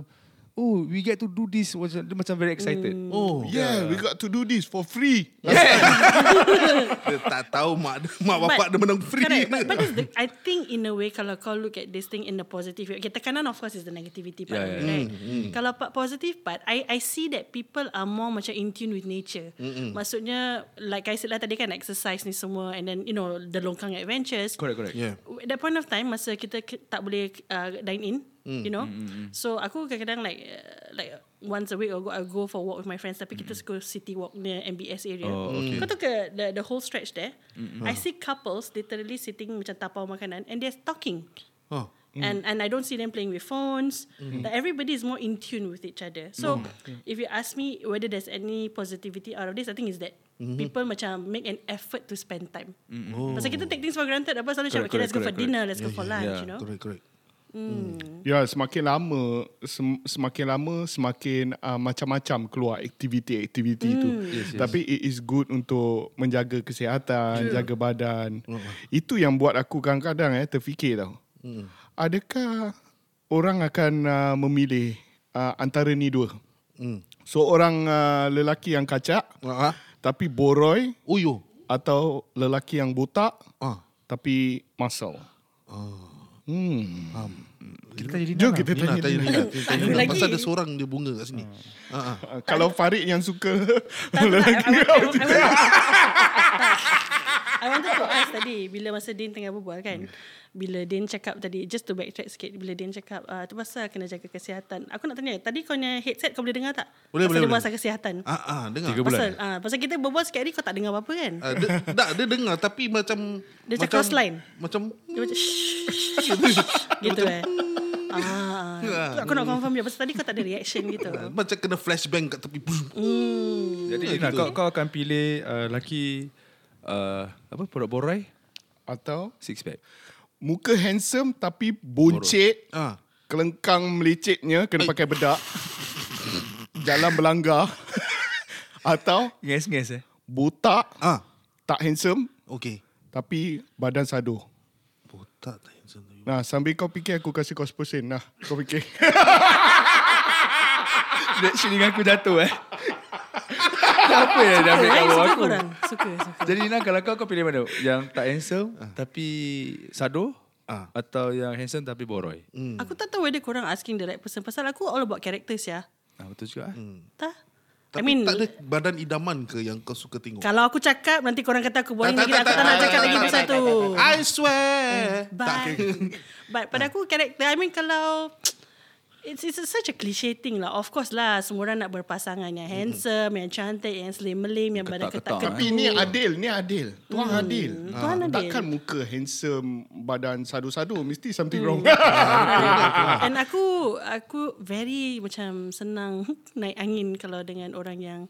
F: oh we get to do this macam dia macam very excited. Mm.
B: Hmm.
G: Oh,
D: Yeah, we got to do this for free.
G: Dia tak tahu mak mak bapak dia menang free.
B: Correct. But, but that's the, I think in a way kalau kau look at this thing in the positive way. Okay, tekanan of course is the negativity part.
F: Yeah,
B: Yeah,
F: yeah.
B: Right?
G: Mm,
B: Kalau part positive part, I I see that people are more macam in tune with nature.
G: Mm,
B: Mm-hmm. Maksudnya, like I said lah tadi kan exercise ni semua and then you know the longkang adventures.
F: Correct, correct.
G: Yeah.
B: At that point of time masa kita ke- tak boleh uh, dine in, mm. you know.
F: Hmm,
B: Mm. So aku kadang-kadang like uh, like once a week I go, I go for walk with my friends tapi kita suka city walk near MBS area.
F: Hmm, Oh, okay. Hmm,
B: Kau tahu ke the, the whole stretch there? Mm. I see couples literally sitting macam tapau makanan and they're talking.
G: Oh.
B: And and I don't see them playing with phones.
G: Mm.
B: Like everybody is more in tune with each other. So if you ask me whether there's any positivity out of this, I think is that
G: Mm-hmm.
B: people macam make an effort to spend time. Pasal
G: Oh.
B: kita take things for granted. Apa selalu
F: Mm-hmm. Correct,
B: cakap, okay, let's go
F: correct,
B: for
F: correct,
B: dinner, let's go for lunch,
F: yeah.
B: you know.
G: Correct, correct.
D: Ya, semakin lama sem- semakin lama semakin uh, macam-macam keluar aktiviti-aktiviti mm. itu. Yes, yes. Tapi it is good untuk menjaga kesihatan, True. jaga badan. Mm. Itu yang buat aku kadang-kadang eh terfikir tau. Mm. Adakah orang akan uh, memilih uh, antara ni dua? Mm. Seorang uh, lelaki yang kacak
G: Ah, ah.
D: tapi boroi
G: Uyo.
D: atau lelaki yang botak
G: Ah.
D: tapi masal. Hmm.
F: Kita jadi
B: lah.
D: Jom kita
G: Ni nak
D: tanya,
G: tanya
D: tanya
G: ni. nak Tanya ni.
B: Lagi. Hmm.
G: Pasal ada seorang dia bunga kat sini. Ah, ah.
D: Kalau Farid yang suka
B: Tak, tak, tak.
D: lelaki
B: I,
D: kau
B: want- I, want- I, want- I wanted to ask tadi bila masa Din tengah berbual kan. Bila Din cakap tadi just to backtrack sikit bila Din cakap ah tu pasal kena jaga kesihatan. Aku nak tanya tadi kau punya headset kau boleh dengar tak? pasal
G: Boleh, boleh,
B: dia
G: boleh.
B: pasal kesihatan.
G: Ah, ah, dengar.
F: Tiga bulan.
B: Pasal, ah, pasal kita berbual sikit hari kau tak dengar apa-apa kan?
G: Ah, dia- tak, dia dengar tapi macam...
B: Dia macam cross line.
G: Macam...
B: Dia macam gitu eh. Ah, tu aku nak confirm je pasal tadi kau tak ada reaction gitu.
G: Macam kena flashbang kat tepi.
F: Jadi Ina, kau, kau akan pilih uh, laki uh, apa produk borai
D: Atau
F: six pack.
D: muka handsome tapi buncit.
G: Ah.
D: Kelengkang melicitnya kena pakai bedak. Jalan berlanggar. Atau
F: Nges nges eh.
D: butak
G: Ah,
D: tak handsome
G: okay.
D: tapi badan sado.
G: Botak tak handsome tapi-
D: Nah, sambil kau fikir aku kasih kau 10%. Nah, kau fikir.
F: Shilling aku jatuh eh. Siapa yang dah ambil
B: Lain
F: cover
B: suka
F: aku?
B: korang. Suka, suka.
F: Jadi Ina kalau kau kau pilih mana? Yang tak handsome
D: Ah.
F: tapi sado
G: Ah.
F: atau yang handsome tapi boroi?
D: Hmm.
G: Hmm.
B: Aku tak tahu whether korang asking the right person. Pasal aku all about characters ya.
F: Ah betul juga. eh.
D: Hmm.
B: Tak?
G: Tapi
B: I mean,
G: tak ada badan idaman ke yang kau suka tengok?
B: kalau aku cakap, nanti korang kata aku boring
G: Tak,
B: lagi.
G: tak,
B: Aku
G: tak,
B: tak nak
G: tak,
B: cakap
G: tak,
B: lagi
G: tak,
B: pasal tu.
G: I swear.
B: But, but pada aku, karakter, I mean kalau... It's, it's such a cliche thing lah. Of course lah, semua orang nak berpasangan yang handsome, yang cantik, yang slim melim, yang badan
F: Ketak-ketak,
B: ketak-ketak.
D: Tapi ni adil, ni adil. Tuan hmm. adil.
B: Tuan adil.
D: Takkan muka handsome, badan sado-sado. Mesti something wrong.
B: Hmm. And aku aku very macam senang naik angin kalau dengan orang yang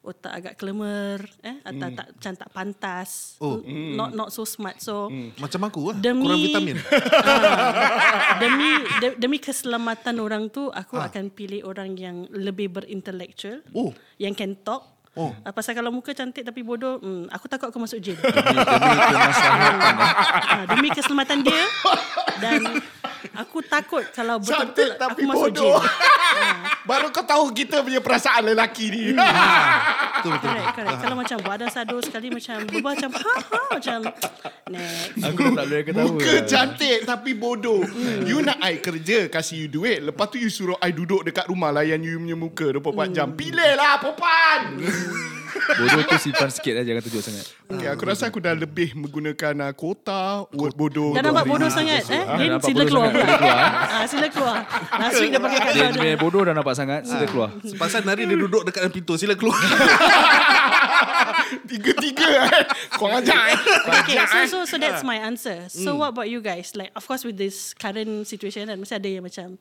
B: otak agak kelemer eh atau tak macam tak pantas.
G: Oh.
B: N- Not not so smart. So
G: Macam aku lah.
B: Demi-
G: Kurang vitamin.
B: Ah, demi de- demi keselamatan orang tu aku
D: Ah.
B: akan pilih orang yang lebih berintellectual.
G: Oh.
B: Yang can talk.
G: Oh.
B: Ah, pasal kalau muka cantik tapi bodoh, hmm, aku takut aku masuk jail.
D: eh.
B: Ah, demi keselamatan dia dan aku takut kalau betul-betul
D: Cantik
B: aku
D: tapi
B: masuk
D: bodoh.
B: jail.
D: Baru kau tahu kita punya perasaan lelaki ni.
B: Hmm,
G: Betul, betul.
B: Correct, correct.
D: Ah.
B: Kalau macam badan sado sekali macam berubah macam ha ha macam next.
F: Aku dah tak boleh ketawa.
D: Muka cantik tapi bodoh.
B: Hmm.
D: You nak I kerja, kasih you duit. Lepas tu you suruh I duduk dekat rumah layan you punya muka 24
B: Hmm.
D: jam. Pilihlah Popan.
F: Bodoh tu simpan sikit lah jangan tunjuk sangat.
D: Okay, aku rasa aku dah lebih menggunakan uh, kota, word bodoh.
B: Dah nampak bodoh sangat eh.
F: Ah,
B: Din
F: nampak
B: sila
F: bodoh
B: keluar
F: sangat.
B: pula.
F: Boleh keluar.
B: Ah sila keluar. Last week dah pakai kat
F: Dia
B: luar dah.
F: punya bodoh dah nampak sangat Sila
D: Ah.
F: keluar
G: Pasal nari dia duduk dekat dalam pintu. Sila keluar.
D: Tiga-tiga eh. Kau ajak eh.
B: Okay, so so so that's my answer. So what about you guys? Like of course with this current situation kan mesti ada yang macam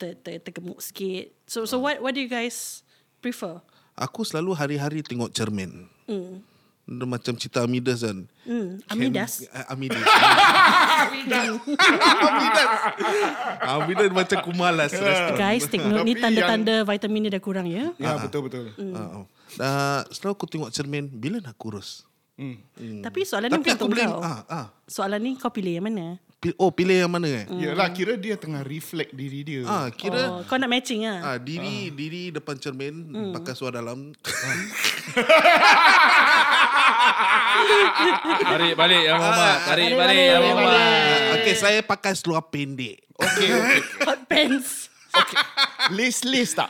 B: ter, ter, tergemuk sikit. So so what what do you guys prefer?
G: Aku selalu hari-hari tengok cermin. Dia macam cerita Amidas kan.
B: Hmm, Amidas.
G: Can- Amidas. Ah, Amidas. Amidas macam kumalas. restoran.
B: Guys, take note ni
D: Tapi
B: tanda-tanda vitamin ni dah kurang ya.
D: Ya, betul-betul.
G: Ah, ah. Ah, selalu aku tengok cermin bila nak kurus.
B: Mm. Tapi soalan ni
G: Tapi
B: bukan
G: aku
B: untuk
G: boleh
B: kau.
G: ah, ah.
B: Soalan ni kau pilih yang mana?
G: Pi- Oh pilih yang mana
B: Hmm.
G: eh
D: Yalah kira dia tengah reflect diri dia.
G: ah, Kira
B: oh, kau nak matching ah. Hmm.
G: ah, Diri diri depan cermin Pakai suara dalam
F: Tarik balik Yang
D: Ah.
F: Muhammad Tarik balik Yang Muhammad
G: Okay saya pakai seluar pendek
D: Okey okey.
B: Hot pants.
D: list list tak?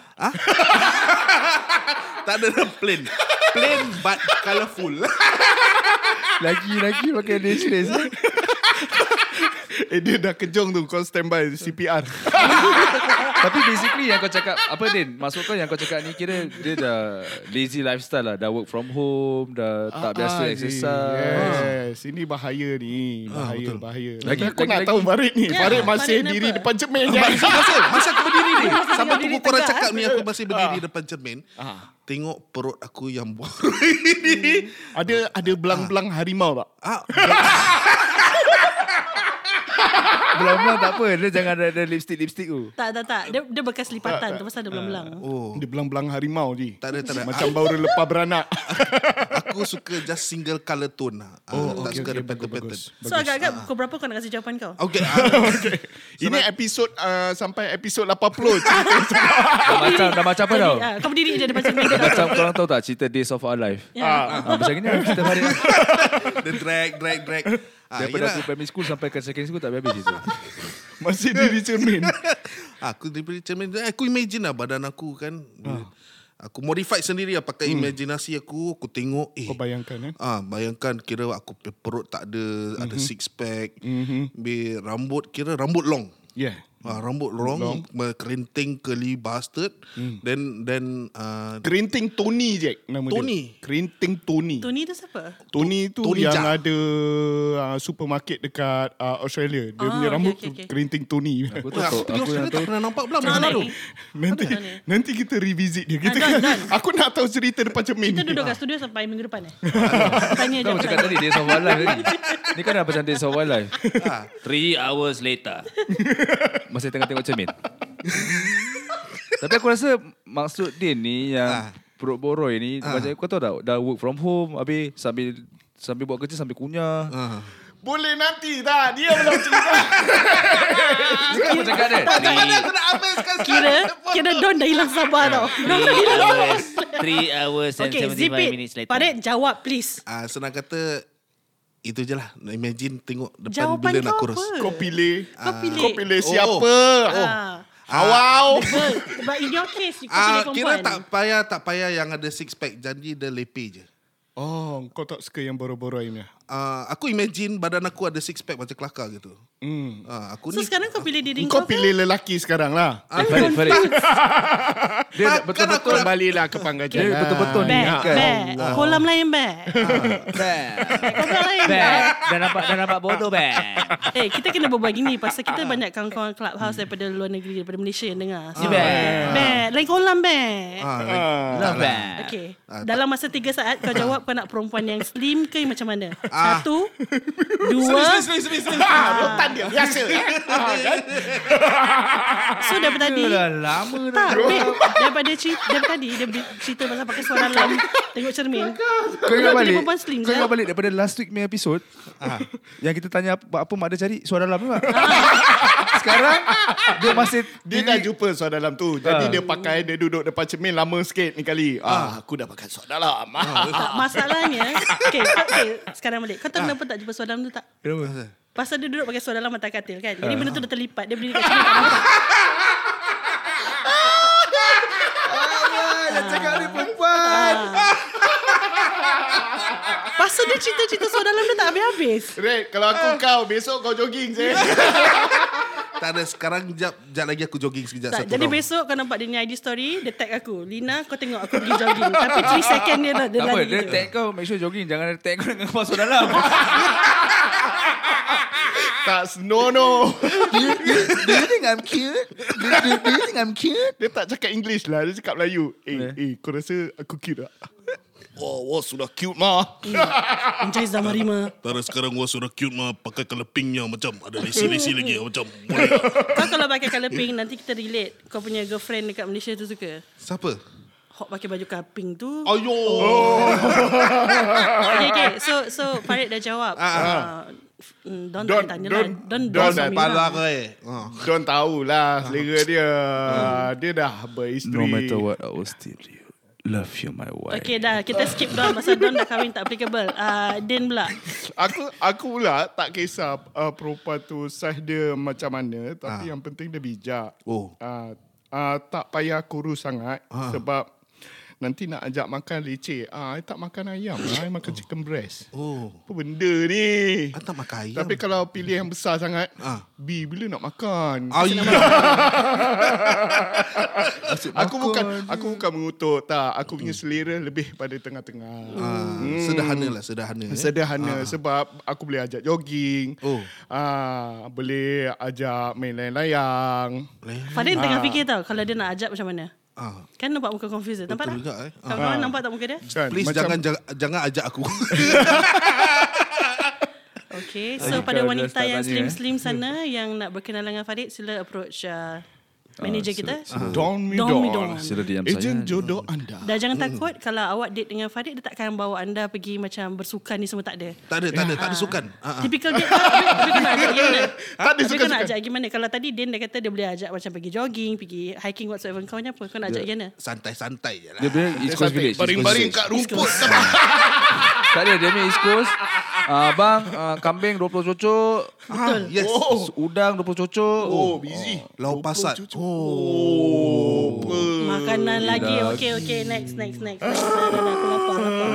G: Tak ada plain Plain but colourful
D: Ah.
F: Lagi-lagi pakai necklace
D: Eh dia dah kejong tu kau standby CPR.
F: Tapi basically yang kau cakap Apa Din Maksud kau yang kau cakap ni Kira dia dah Lazy lifestyle lah Dah work from home Dah tak biasa
D: Ah,
F: exercise
D: Yes, ini bahaya ni.
G: Ah,
D: Bahaya bahaya.
F: Lagi-
D: aku
F: lagi-
D: nak
F: lagi-
D: tahu Farid ni.
B: Ya,
D: Farid masih
B: Farid
D: diri ya?
B: kenapa?
D: depan cermin je.
G: Masa masa aku berdiri ni Sampai
B: berdiri
G: pukul
B: tegak,
G: korang
B: eh?
G: cakap ni Aku masih berdiri depan cermin Tengok perut aku yang boroi ni
D: Ada ada belang-belang harimau tak?
G: ah,
F: Belang-belang tak apa Dia jangan ada, ada lipstick-lipstick tu
B: Tak tak tak. Dia, dia bekas lipatan tu pasal dia belang-belang.
G: Ah, Oh
D: Dia belang-belang harimau je.
G: Tak ada, tak ada.
D: Macam baru lepas beranak.
G: Aku suka just single colour tone lah oh, Tak suka ada pattern-pattern
B: So
G: Ah.
B: agak-agak pukul berapa kau nak kasi jawapan kau?
G: Okay, ah,
D: Ini episod uh, sampai episod 80 cerita
F: Dah macam Dah macam apa tau
B: Ah, kau berdiri je depan cermin.
F: Dah Macam korang tahu tak Cerita Days of Our Life
B: Ya.
F: Ah, macam ni lah cerita Farid
G: Dia drag, drag, drag ah,
F: Daripada
G: yelah.
F: aku primary school Sampai ke secondary school Tak habis-habis cerita
D: masih diri cermin.
G: Ah, Aku daripada cermin eh, Aku imagine lah badan aku kan Bila- Aku modify sendiri lah Pakai imaginasi aku Aku tengok eh,
D: Kau bayangkan eh.
G: Ah, bayangkan kira aku pe- perut tak ada, mm-hmm. ada six pack. Mm-hmm. rambut kira rambut long.
D: Yeah.
G: Ah, rambut long, long. kerinting curly bastard. Mm. Then then uh,
D: Kerinting Tony je nama dia.
G: Tony.
D: Kerinting Tony.
B: Tony tu siapa?
D: Tony tu
G: Tony
D: Tony yang
G: Jaa.
D: ada uh, supermarket dekat uh, Australia. Dia
B: Ah,
D: punya
B: okay,
D: rambut okay,
B: okay, okay.
D: okay. kerinting Tony.
F: Aku tak tahu
G: Wah, aku pergi
F: Aku yang
G: Australia tak
F: tahu
G: pernah nampak pula
B: Macam
G: macam tu.
B: ni?
D: nanti
B: Tony.
D: nanti kita revisit dia. Kita kan-
B: Ah, done, done.
D: aku nak tahu cerita depan cermin.
B: Kita
D: ni.
B: duduk kat
G: Ah.
B: studio sampai minggu depan eh. Tanya
F: Kau cakap
B: jawapan.
F: tadi Days of Our Life tadi Ni kan dah macam Days of Our Life
H: Three hours later.
F: Masih tengah tengok cermin Tapi aku rasa Maksud Din ni Yang
G: Ah.
F: perut boroi ni Macam kau tahu tak Dah work from home Habis sambil Sambil buat kerja Sambil kunyah
G: Ah.
D: Boleh nanti tak? Dia belum cerita.
F: Aku cakap dia
G: Ah.
H: Three,
B: Kira Kira Don dah hilang sabar tau Don dah
H: three
B: hilang sabar
H: hours. Three hours and
B: Okay zip
H: 75 minutes
B: it
H: later.
B: Farid jawab please
G: Ah, senang kata itu je lah. Imagine tengok depan
B: Jawapan
G: bila nak
B: kau
G: kurus.
B: apa
D: Kau pilih.
B: Kau pilih
D: Kau pilih
G: Oh,
D: siapa? Oh.
B: Ah.
D: Awau.
B: Girl, But in your case you Kau
G: Ah,
B: pilih
G: kira
B: perempuan
G: tak payah tak payah yang ada six pack janji dia lepeh je.
D: Oh, kau tak suka yang ya? boroi-boroi ni.
G: Ah, aku imagine badan aku ada six pack macam kelakar gitu. Mm. Ah, aku
B: So
G: ni
B: sekarang kau pilih diri
D: Kau
B: kau
D: pilih lelaki sekarang lah.
F: Eh, Farid, Farid. Dia betul-betul
G: Takkan Ah, kan aku nak- Eh,
D: Kembalilah ke pangkalan.
F: Dia betul-betul ni
B: Back,
F: kan.
B: back. Kolam lain back. Kolam lain back.
H: Bang, dah nampak dah nampak bodoh bang.
B: Eh, kita kena berbual gini pasal kita banyak kawan-kawan clubhouse daripada luar negeri, daripada Malaysia yang dengar.
F: Ah.
B: So,
H: Back.
B: back. Lain kolam back.
G: ah,
H: Love bang.
F: Ah.
B: Okay. Dalam masa tiga saat kau jawab kau nak perempuan yang slim ke yang macam mana?
F: Ah.
B: Satu, dua.
D: Rotan dia biasa.
B: So daripada tadi.
F: Dah lama dah.
B: Tak, babe, daripada cerita, daripada tadi dia bi- cerita pasal pakai suara dalam tengok cermin.
F: Kau ingat
B: Kau pilih
F: balik
B: perempuan slim,
F: Kau ingat
B: kan?
F: balik Daripada last week punya episode Ah. Yang kita tanya Apa, apa mak dia cari Suara dalam juga Sekarang Dia masih
D: Dia dah jumpa suara dalam tu.
F: Ah.
D: Jadi dia pakai, dia duduk depan cermin lama sikit ni kali. Ah, aku dah pakai suara dalam.
F: Ah.
B: Tak, masalahnya. Okay, kau, okay, sekarang balik. Kau tahu kenapa tak jumpa suara dalam tu tak?
F: Kenapa? Ah.
B: Pasal dia duduk pakai suara dalam atas katil kan. Jadi benda tu dah terlipat. Dia berdiri kat cermin tak nampak.
F: Yang cakap ni perempuan
B: Ah. Pasal dia cerita-cerita suara dalam dia tak habis-habis.
D: Red, kalau aku
F: Ah.
D: kau, besok kau jogging je.
G: tak ada sekarang jap jap lagi aku jogging sekejap
B: Tak,
G: satu
B: jadi
G: round.
B: besok kau nampak dia ni ID story, dia tag aku. Lina kau tengok aku pergi jogging. Tapi 3 second dia dah dia
F: Tak apa
B: lari.
F: Dia
B: gitu.
F: tag kau Make sure jogging Jangan ada tag kau Dengan masuk dalam
D: tak senono.
F: Do you think I'm cute? Do, do, do you think I'm cute?
D: Dia tak cakap English lah. Dia cakap Melayu. Eh, eh, kau rasa aku cute tak? Oh, wah sudah cute mah.
B: Encik Zamarima.
A: Tak ada sekarang gua sudah cute mah pakai colour pink yang macam ada lesi-lesi lagi yang macam boleh.
B: Kau kalau pakai colour pink, nanti kita relate. Kau punya girlfriend dekat Malaysia tu suka.
G: Siapa?
B: Hot pakai baju kaping tu.
G: Ayo. Oh.
B: Okay, okay. So, so Farid dah jawab.
G: Ah,
B: Uh, mm, Don
D: Don,
B: tak tanya
D: Don,
B: lah. Don,
D: Don dah
B: Don, suami
G: Pala
B: lah.
G: ke eh. Ah.
D: Don tahulah lah selera dia. Dia dah beristeri.
F: Ah. No matter what, I will still you. love you, my wife.
B: Okay dah Kita skip Don Pasal Don dah kahwin Tak applicable uh, Din pula
D: Aku aku pula tak kisah uh, perempuan tu sah dia macam mana tapi yang penting dia bijak.
G: Ah. Oh. Ah.
D: Uh, uh, tak payah kurus sangat sebab nanti nak ajak makan leceh. Ah, uh, tak makan ayam, I makan chicken breast.
G: Oh.
D: Apa benda ni?
G: I tak makan ayam.
D: Tapi kalau pilih yang besar sangat,
G: Ah.
D: B bila nak makan?
G: Ayo.
D: aku bukan aku bukan mengutuk tak. Aku punya selera lebih pada tengah-tengah.
G: Ah, sederhana lah, sederhana. eh.
D: Sederhana sebab aku boleh ajak jogging.
G: Oh.
D: Ah, boleh ajak main layang-layang.
B: Farid tengah fikir tau Kalau dia nak ajak macam mana
G: Ah.
B: Kan nampak muka confused dia. Nampak tak?
G: Betul juga, eh.
B: Kawan-kawan nampak tak muka dia?
D: Kan?
G: Please
D: Macam-
G: jangan jangan, jangan ajak aku.
B: Okay,
F: Ah,
B: so pada
F: kau dah
B: wanita
F: start
B: yang
F: tanya, eh. Hmm.
B: slim-slim sana yang nak berkenalan dengan Farid, sila approach uh, manager
F: Ah, sila- Ah.
B: kita.
D: Don me
B: Don
D: don.
B: me don.
F: Sila diam
D: Ejen
F: sayang.
D: jodoh anda.
B: Dah
G: Hmm.
B: jangan takut kalau awak date dengan Farid, dia takkan bawa anda pergi macam bersukan ni semua tak ada.
G: tak ada, tak ada, tak ada sukan. Ah, ah.
B: Typical date lah. Habis- habis kau nak ajak gimana?
D: Tak ada
B: Habis kau nak
D: sukan-sukan.
B: ajak gimana? Kalau tadi Din dah kata dia boleh ajak macam pergi jogging, pergi hiking whatsoever. Kau ni apa? Kau nak ajak
G: Ya.
B: gimana?
G: Santai-santai je lah.
F: Dia punya East Coast Village. East Coast
D: Baring-baring kat
F: Village.
D: rumput.
F: Tak ada, dia punya East Coast. Ah, bang, ah, kambing 20 cocok. Ah,
G: Betul. Yes.
D: Oh,
F: Udang 20 cocok.
D: oh busy.
G: Lau pasat.
D: Oh, apa?
B: Makanan lagi. Okay, okay. Next, next, next. next. Dah, dah, dah. Aku lapar, lapar.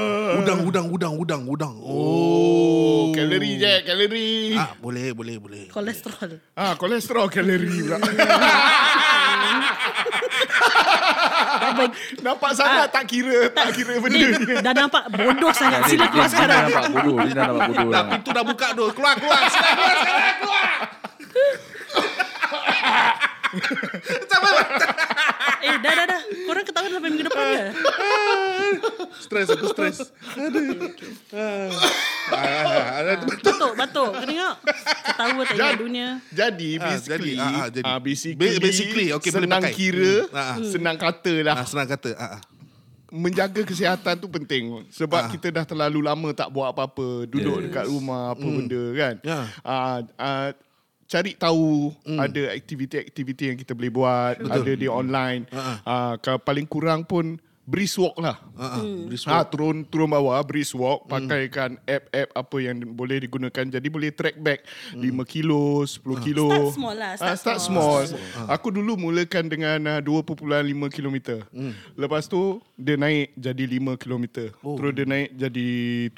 G: Udang, udang, udang, udang, udang.
D: Oh,
G: Oh.
D: kalori je, kalori.
G: Ah, boleh, boleh, boleh.
B: Kolesterol.
D: Ah, kolesterol kalori pula. Nampak sangat tak kira, tak kira benda
B: Din,
D: ni.
B: dah nampak bodoh sangat.
F: Dia-
B: Sila
F: dia-
B: keluar
F: dia dah
B: sekarang.
F: nampak bodoh. Dia dah nampak bodoh lah.
G: Pintu dah buka tu. Keluar, keluar. Sekarang keluar, sekarang keluar.
B: Eh, dah, dah, dah. Korang ketahuan sampai minggu depan ke?
G: Stres aku, stres.
B: Batuk, batuk. Kau tengok. Ketawa tak ingat
D: Jangan.
B: dunia.
D: Jadi
G: Ah,
D: basically,
G: jadi, ah, ah, jadi.
D: ah, basically,
G: Ba- basically, okay, boleh
D: senang
G: pakai.
D: kira,
G: Hmm, ah, ah.
D: senang kata lah.
G: Ah, senang kata. Ah, ah.
D: menjaga kesihatan tu penting sebab kita dah terlalu lama tak buat apa-apa duduk yes. dekat rumah apa mm. benda kan
G: Ya.
D: Ah, ah, cari tahu ada aktiviti-aktiviti yang kita boleh buat ada di online uh-huh. kalau paling kurang pun brisk walk lah
G: Ah, ah. Brisk
D: Ah,
G: walk.
D: turun turun bawah brisk walk pakaikan app-app apa yang boleh digunakan jadi boleh track back 5 kilo 10 kilo
B: Start small lah, start
D: Ah, start small,
B: small.
D: aku dulu mulakan dengan uh, 2.5 km lepas tu dia naik jadi 5 km terus dia naik jadi 7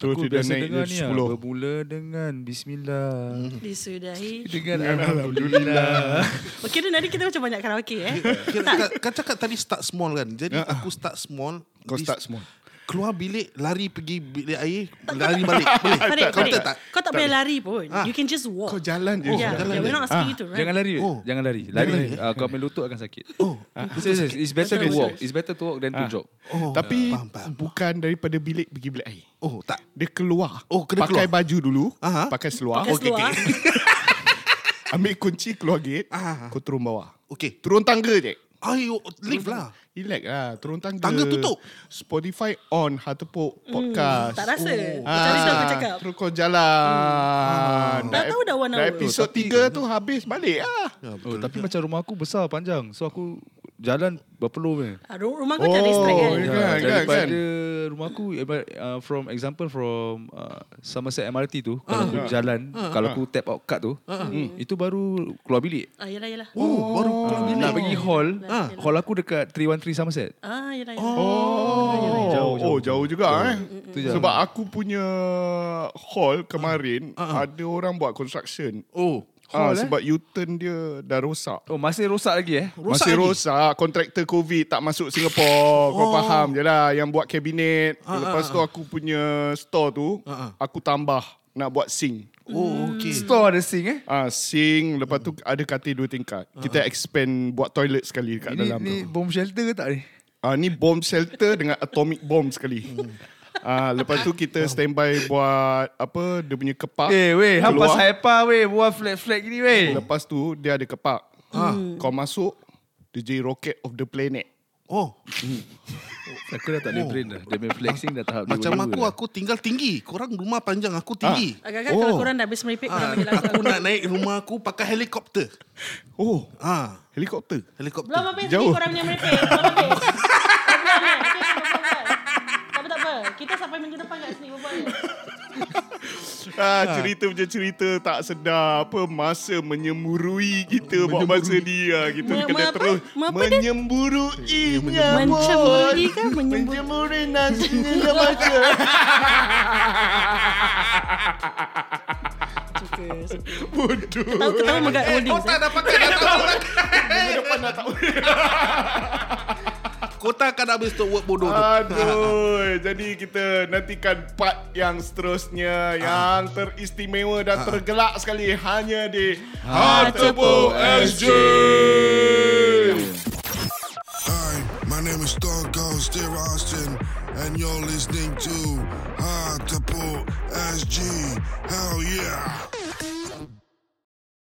D: terus
F: Aku
D: dia
F: biasa
D: naik
F: dengar
D: jadi
F: ni
D: 10
F: lah. Bermula dengan Bismillah.
B: Hmm. Disudahi.
F: Dengan Alhamdulillah.
B: Okay, Din, hari kita macam banyak karaoke eh.
G: Kira, kan, kan cakap tadi start small kan. Jadi
D: Ah, ah.
G: aku start small.
D: Kau
G: Dis-
D: start small.
G: Keluar bilik, lari pergi bilik air, lari balik. Boleh.
B: Farid,
G: Kau
B: Farid.
G: tak? tak?
B: Kau tak boleh lari pun. You can just walk.
D: kau jalan je
B: Yeah, yeah, we're not asking you to run.
F: Jangan lari.
G: Oh.
F: Oh. Jangan lari. Lari. Uh, kau ambil lutut akan sakit. Oh. Serius, it's better to
B: Betul,
F: walk.
B: betul.
F: It's better to walk than to jog.
G: Oh,
D: tapi
G: faham, faham.
D: bukan daripada bilik pergi bilik air
G: Oh, tak.
D: dia keluar
G: Oh, kena
D: pakai
G: keluar.
D: baju dulu
G: Aha. Oh,
D: pakai seluar
B: Pakai seluar.
D: ambil kunci keluar gate
G: Ah.
D: kau turun bawah
G: Okey.
D: turun tangga je
G: Ayo, lift lah.
D: Relax lah Turun tangga
G: Tangga tutup.
D: Spotify on Hatepok Podcast
B: Hmm, tak rasa.
G: Oh.
B: Kau cari tahu aku cakap.
D: Terus kau
G: Hmm. Ah.
D: jalan
B: Dah tahu dah one
D: Dah
B: hour.
D: episod tiga tu habis balik lah
F: Oh, tapi macam rumah aku besar panjang. So aku jalan berpeluh ni.
B: Ah, ru- Rumah kau jadi strike kan?
D: Oh,
F: Ya,
D: kan, kan,
F: daripada rumah aku ibarat, uh, from example from uh, Somerset MRT tu kalau aku jalan kalau aku tap out card tu hmm, itu baru keluar bilik.
B: Ah, yelah, yelah.
G: Oh, baru keluar bilik.
F: Nak pergi hall, hall aku dekat 313 Somerset.
B: Ah, yelah, yelah.
D: Oh, jauh, oh, jauh juga eh.
F: jauh.
D: Sebab aku punya hall kemarin ada orang buat construction.
G: Oh.
D: Ah, sebab U-turn dia dah rosak.
F: Oh masih rosak lagi eh?
G: Rosak
D: Masih
G: lagi?
D: rosak Kontraktor COVID Tak masuk Singapore Kau faham je lah Yang buat kabinet Lepas tu aku punya Store tu Aku tambah Nak buat sing
G: Oh, okey.
F: Store ada sink eh?
D: Ah, sing Lepas tu ada katil dua tingkat Kita expand Buat toilet sekali Dekat
F: Ini,
D: dalam
F: ni
D: tu
F: bomb shelter ke tak ni?
D: ah, Ni bomb shelter Dengan atomic bomb sekali Ah, lepas tu kita standby buat apa dia punya
G: Ah.
D: kepak.
F: Eh weh, hampas
D: keluar.
F: haipa weh, buat flag-flag gini weh.
B: Hmm.
D: Ah, Lepas tu dia ada kepak. Kau masuk dia jadi rocket of the planet.
G: Oh,
F: Aku dah tak ada brain dah. Dia punya flexing dah tahap
G: macam
F: dua-dua
G: aku
F: dah.
G: aku tinggal tinggi. Korang rumah panjang, aku tinggi.
B: Agak-agak kalau korang dah habis meripik, korang
G: Ah,
B: panggil aku.
G: aku nak naik rumah aku pakai helikopter.
D: Oh,
G: Ah,
D: helikopter.
G: helikopter.
B: Belum habis lagi
D: Jauh.
B: korang punya meripik. Belum habis. Belum habis. Kita belum selesai. Tak apa, tak apa. Kita sampai minggu depan kat sini berbual.
D: Ah, cerita macam cerita tak sedar apa masa menyemburui kita buat masa dia kita
B: Me- me-
D: kena
B: apa?
D: terus
B: Me- apa dia?
D: menyemburui nyamuk
B: Mencemuri ke menyembur?
D: menyemburui nasinya nyamuk
B: Suka, suka. Tahu ketawa megat holdings. eh.
G: Dah pakai dah tahu dah. Kota akan habis tu kan work bodoh tu.
D: Aduh, jadi kita nantikan part yang seterusnya yang teristimewa dan tergelak sekali hanya di Hartepo SG.
E: Hi, my name is Stone Cold Steve Austin, and you're listening to Hard to Pull SG. Hell yeah!